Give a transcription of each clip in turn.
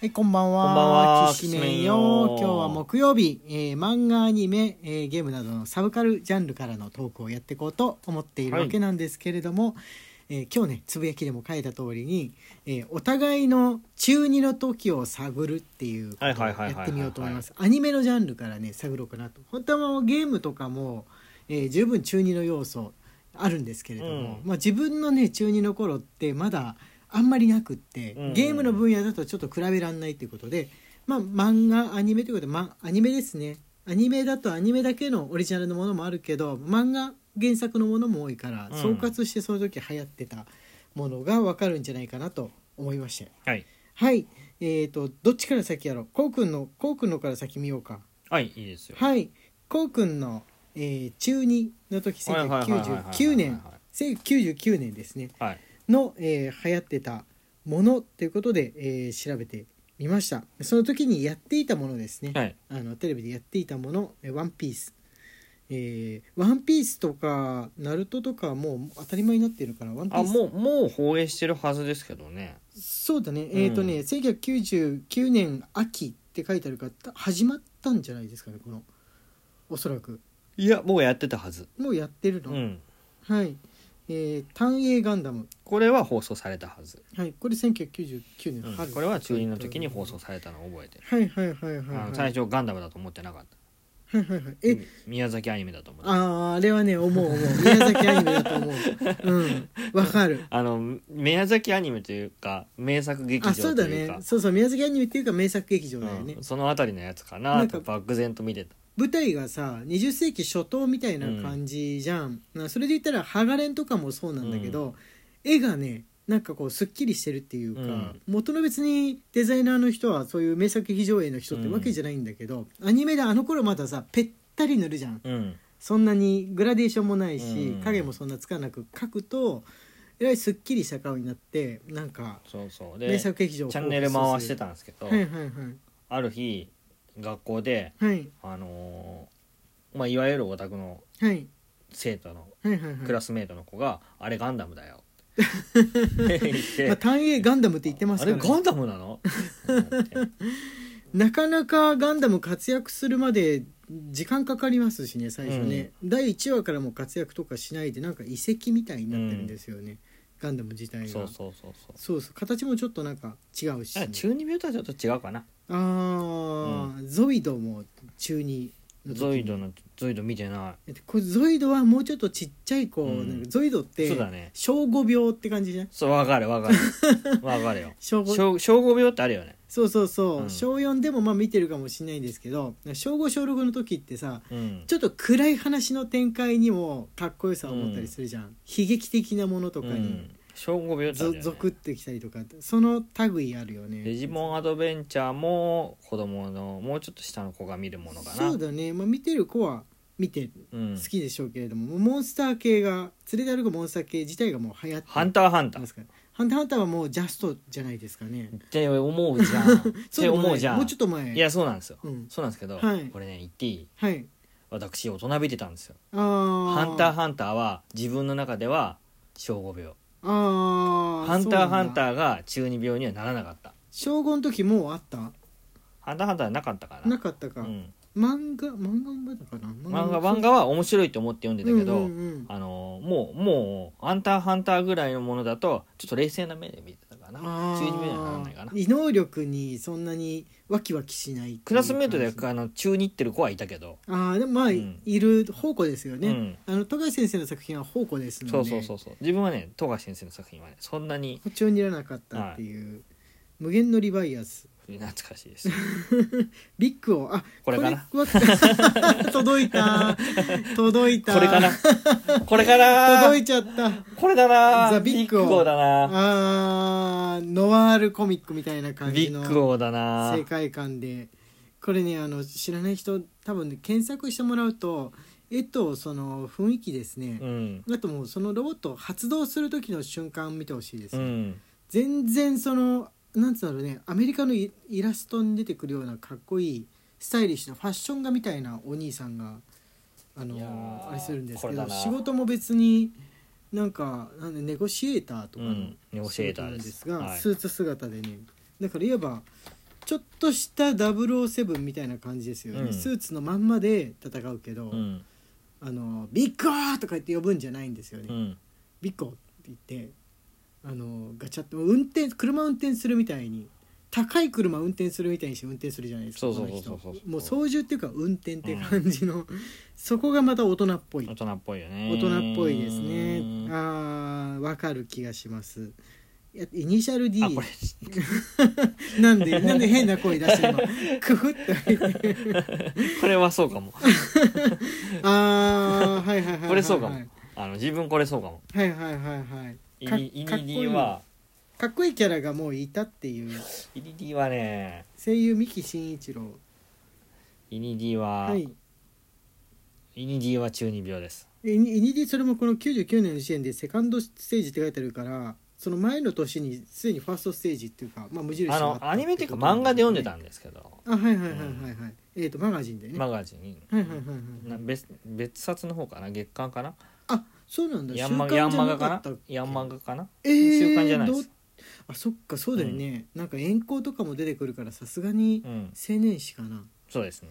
はい、こんばんは。こんばんはきしめんきしめんよよ。今日は木曜日、えー漫画、アニメ、えーゲームなどのサブカルジャンルからのトークをやっていこうと思っているはいわけなんですけれども、えー今日ね、つぶやきでも書いた通りに、えーお互いの中二の時を探るっていうことをはいはいはいはいはいやってみようと思います。アニメのジャンルからね、探ろうかなと。本当はもうゲームとかも、えー十分中二の要素あるんですけれども、うんまあ、自分のね中二の頃ってまだあんまりなくって、うんゲームの分野だとちょっと比べらんないということで、まあ、漫画アニメということで、ま、アニメですねアニメだとアニメだけのオリジナルのものもあるけど漫画原作のものも多いからうん総括してその時流行ってたものが分かるんじゃないかなと思いましたはい。はいえー、とどっちから先やろうこうくんのこうくんのから先見ようかはい、いいですよ。はい、こうくんの、えー中2の時はいはいはいはいはい1999年1999年ですねはい。の、えー流行ってたものということで、えー調べてみましたその時にやっていたものですね、はい。あのテレビでやっていたもの「えーワンピース」えーワンピース」とか「ナルト」とかはもう当たり前になってるから「ワンピあ、ース」もう、もう放映してるはずですけどね。そうだね、えっ、とうねん1999年秋って書いてあるからた始まったんじゃないですかねこのおそらくいや、もうやってたはず。もうやってるの、うん。はい、えー、単影ガンダム、これは放送されたはず。はい、これ1999年うのん春、これは中二の時に放送されたのを覚えてる。はいはいはいはいあはのい最初ガンダムだと思ってなかった。はいはいはいえ、み宮崎アニメだと思ってた。あああれはね 思う思う宮崎アニメだと思ううんわかるあの宮崎アニメというか名作劇あ場そうとだいうねかそうそう宮崎アニメっていうか名作劇場だよね、うんそのあたりのやつかななんかと漠然と見てた舞台がさ20世紀初頭みたいな感じじゃん、なそれで言ったら「ハガレン」とかもそうなんだけど、絵がねなんかこうすっきりしてるっていうか、うん元の別にデザイナーの人はそういう名作劇場映の人ってわけじゃないんだけど、アニメであの頃まださぺったり塗るじゃんうんそんなにグラデーションもないし、うん影もそんなつかなく描くとえらいすっきりした顔になってなんかそうそうで名チ作劇場をャンネル回してたんですけどはいはいはいある日学校ではいあのーまあいわゆるオタクのはい生徒のはいはいはいクラスメートの子が「あれガンダムだ よ」って言ってまあ、単影ガンダムって言ってますあかれら、ガンダムなの?」って思ってなかなかガンダム活躍するまで時間かかりますしね最初ね、第1話からもう活躍とかしないでなんか遺跡みたいになってるんですよね、ガンダム自体がそうそうそうそうそうそう形もちょっとなんか違うし、だから中二病とはちょっと違うかなあー、ゾイドも中二の時にゾイドのゾイド見てなえっとこれゾイドはもうちょっとちっちゃい子、うんなんかゾイドっいてそうだね小5病って感じじゃないそうわかるわかる わかるよ小5小小5病ってあるよねそうそうそう、うん小4でもまあ見てるかもしれないんですけど小5小6の時ってさうんちょっと暗い話の展開にもかっこよさを持ったりするじゃん、悲劇的なものとかうにん小5病ってあぞるよゾねクってきたりとかその類あるよねデジモンアドベンチャーも子供のもうちょっと下の子が見るものかなそうだね、まあ、見てる子は見てうん好きでしょうけれども、モンスター系が連れて歩くモンスター系自体がもう流行ってハンターハンターまっすからハンターハンターはもうジャストじゃないですかねて思うじゃんっ そてでもない思うじゃもんうちょっと前いやそうなんですようんそうなんですけど、はいこれね言っていいはい私大人びてたんですよあーハンターハンターは自分の中では小5病あハンターハンーターが中二病にはならなかった小5の時もうあったハンターハンターはなかったかななかったか、うん、漫画漫画もまだかな漫画漫画は面白いと思って読んでたけど、うんうんうんあのーもうもうハンターハンターぐらいのものだとちょっと冷静な目で見てたかなあ中二病にはならないかなー異能力にそんなにワキワキしないっていうクラスメートで感あの中二ってる子はいたけど、じあーでもまあ、うんいる宝庫ですようね、んあの富樫先生の作品は宝庫ですのでそうそうそうそう自分はね富樫先生の作品はねそんなに途中にいらなかったっていう、無限のリバイアス懐かしいです ビッグをあこれかなこれは 届いた届いたこれか なこれかな届いちゃったこれだなザビッグ王王だなあーノワールコミックみたいな感ビじッグの王だな世界観でこれねあの知らない人多分ね検索してもらうと絵とその雰囲気ですねう、んあともうそのロボットを発動する時の瞬間を見てほしいです、うん全然そのなんつうんだろうねアメリカのイイラストに出てくるようなかっこいいスタイリッシュなファッション画みたいなお兄さんがあのいやーあれするんですけこれだどな仕事も別になんかなんでネゴシエーターとうかのんネゴシエーター仕事なんでですすが、はいスーツ姿でねだから言えばちょっとした007みたいな感じですよね、うんスーツのまんまで戦うけど、うんあのビッコーとか言って呼ぶんじゃないんですよね、うんビッコって言ってあのガチャって運転車運転するみたいに高い車運転するみたいにして運転するじゃないですかそうそうこの人そうそうそうもう操縦っていうか運転っていう感じの、そこがまた大人っぽい大人っぽいよね大人っぽいですねうんあーわかる気がしますいやイニシャル D あこれ なんでなんで変な声出して今 クフッと入ってこれはそうかもああはいはいはいはいはいこれそうかもあの自分これそうかもはいはいはいはいイかニイニデかっこいいィはかっこいいキャラがもういたっていうイニディはね声優三木真一郎イニディは、はいイニディは中二病ですイニイニディそれもこの99年の時点でセカンドステージって書いてあるからその前の年にすでにファーストステージっていうか、まあ、無印がああっのたアニメっていうか漫画で読んでたんですけどあはいはいはいはいはい、えっ、とマガジンでね、マガジンにはいはいはいはいな別別冊の方かな月刊かなあそうなんだヤンマ週ヤ刊ンじマゃガかなかっなたっけヤンマガかなえー、週刊じゃないですどうあそっかそうだよね、なんか遠行とかも出てくるからさすがにうん青年誌かな、そうですね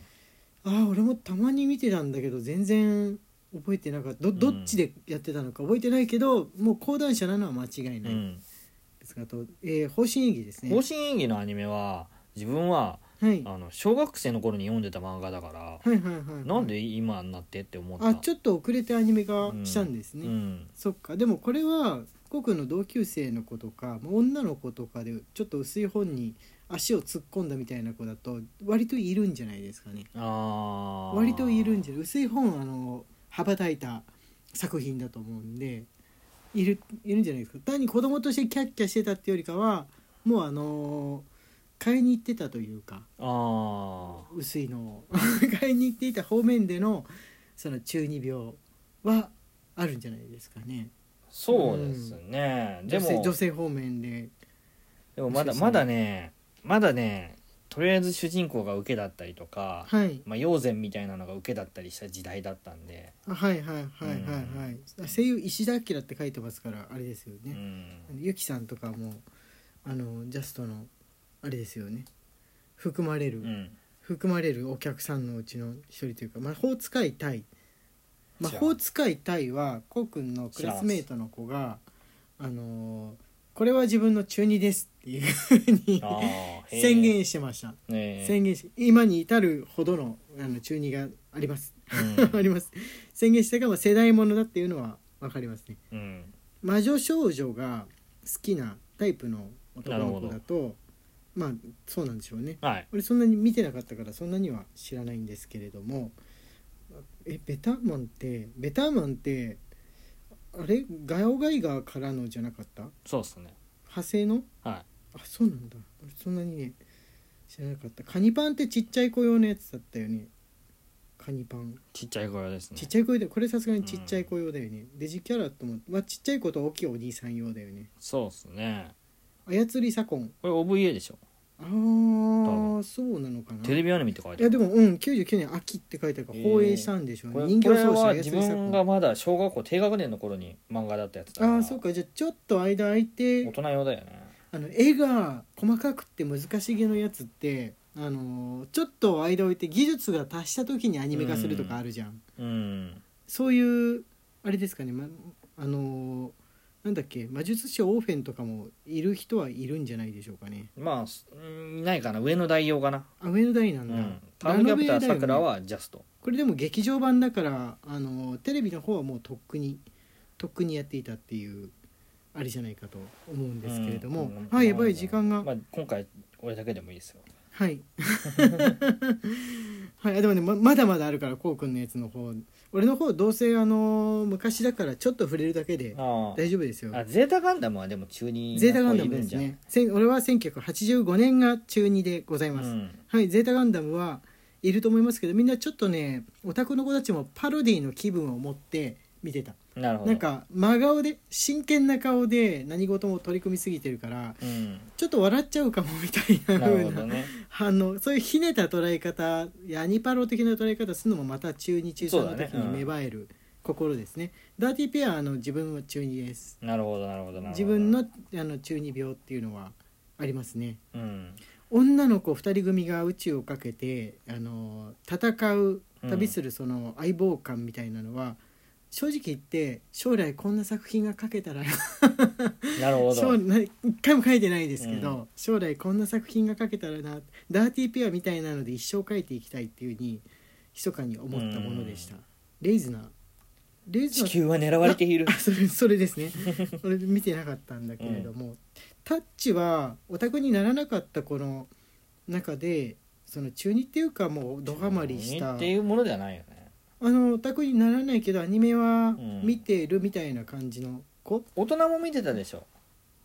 ああ俺もたまに見てたんだけど全然覚えてなかったどどっちでやってたのか覚えてないけど、もう講談社なのは間違いうない、んですがあと、えー、方針演技ですね方針演技のアニメは自分ははい、あの小学生の頃に読んでた漫画だからはいはいはいはいなんで今になってって思ったあちょっと遅れてアニメ化したんですね、うんそっかでもこれはコ君の同級生の子とかもう女の子とかでちょっと薄い本に足を突っ込んだみたいな子だと割といるんじゃないですかねあー割といるんじゃない薄い本あの羽ばたいた作品だと思うんでいるいるんじゃないですか単に子供としてキャッキャしてたっていうよりかはもうあの買いに行ってたというかあ薄いのを 買いに行っていた方面でのその中二病はあるんじゃないですかねーそうですね、で女も性女性方面ででもまだそうですねまだねまだねとりあえず主人公が受けだったりとか、はいまあ、妖然みたいなのが受けだったりした時代だったんで、あはいはいはいはいはい、あ声優石田明って書いてますからあれですようね、んあのゆきさんとかもあのジャストのあれですよね含まれる、 うん、含まれるお客さんのうちの一人というか魔法使いタイ魔知らん法使いタイはこうくんのクラスメートの子があのーこれは自分の中二ですっていうふうにあーへー宣言してましたねえ宣言し今に至るほどのあの中二があります うんあります宣言したがまあ世代ものだっていうのは分かりますねうん魔女少女が好きなタイプの男の子だとまあそうなんでしょうねはい俺そんなに見てなかったからそんなには知らないんですけれどもえベターマンってベターマンってあれガヤオガイガーからのじゃなかったそうですね派生のはあそうなんだ俺そんなにね知らなかったカニパンってちっちゃい子用のやつだったよねカニパいンちっちゃい頃ですねちっちゃい子用だよこれさすがにちっちゃい子用だよね、デジキャラットも、まあ、ちっちゃい子と大きいお兄さん用だよねそうですね操り左近これ OVA でしょあ分あそうなのかなテレビアニメって書いいてあやるでもうん99年秋って書いてあるからえー放映したんでしょうね、これ人形これ奏者は安自井作分がまだ小学校低学年の頃に漫画だったやつだからああそうかじゃあちょっと間空い大て人用だよねあの絵が細かくて難しげのやつってあのーちょっと間置いて技術が達した時にアニメ化するとかあるじゃん、うんそういうあれですかね、ま、あのーなんだっけ魔術師オーフェンとかもいる人はいるんじゃないでしょうかねまあすうんいないかな上の代用かなあ上の台なうんだ、んターンキャプタラノベーだよさねくらはジャストこれでも劇場版だからあのテレビの方はもうとっくにとっくにやっていたっていうあれじゃないかと思うんですけれども、うんあやばい時間が、まあ、今回俺だけでもいいですよはい はいあでもねままだまだあるからこうくんのやつの方俺の方どうせあの昔だからちょっと触れるだけであ大丈夫ですよああゼータガンダムはでも中二ゼータガンダいムるでんすじゃんねせん俺は1985年が中2でございうます、んはい、ゼータガンダムはいると思いますけどみんなちょっとねオタクの子たちもパロディの気分を持って見てたなるほどなんか真顔で真剣な顔で何事も取り組みすぎてるからうんちょっと笑っちゃうかもみたいなな風るなほどね反応そういうひねた捉え方アニパロ的な捉え方するのもまた中2中3その時うだねうにん芽生える心ですねダーティーペアあの自分は中2ですなるほどなるほどなるほど自分のあの中二病っていうのはありますねうん女の子2人組が宇宙をかけてあの戦う旅するその相棒感みたいなのは、正直言って将来こんな作品が書けたらなるほど将う来一回も書いてないですけど、うん将来こんな作品が書けたらなダーティーペアみたいなので一生書いていきたいっていうふうに密かに思ったものでした、うんレイズナーレイズ地ナー球は狙われているあそれそれです ねそれ見てなかったんだけれども、タッチはオタクにならなかったこの中でその中二っていうかもうドハマりしたっていうものではないよねあのオタクにならないけどアニメはん見てるみたいな感じの子大人も見てたでしょ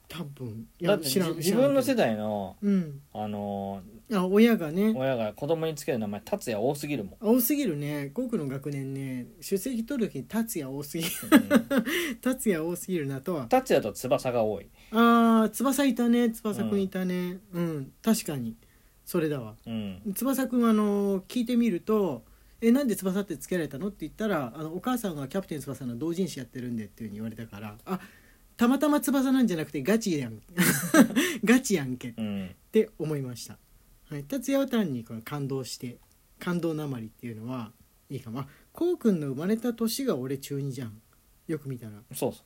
多分いだやって知らん自分の世代代のうんあのあ親がね親が子供につける名前達也多すぎるもん、多すぎるね僕の学年ね出席取る時に達也多すぎる 達也多すぎるなとは 達也と翼が多い、あー翼いたね翼くんいたねうん、確かにそれだわうん、翼くんあの聞いてみると「えなんで翼ってつけられたの?」って言ったらあの「お母さんがキャプテン翼の同人誌やってるんで」っていうふうに言われたから「あたまたま翼なんじゃなくてガチやん ガチやんけ」っうん、て思いました、はい、達也は単にこの感動して感動なまりっていうのはいいかもあこうくんの生まれた年が俺中2じゃんよく見たらそうそ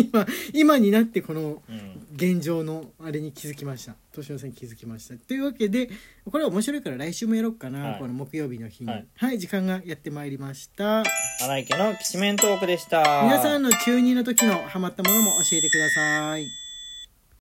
今今になってこのう、うん、現状のあれに気づきました年の差に気づきましたというわけでこれは面白いから来週もやろうかな、はいこの木曜日の日にははいい、時間がやってまいりました荒井家のきしめんトークでした皆さんの中二の時のハマったものも教えてください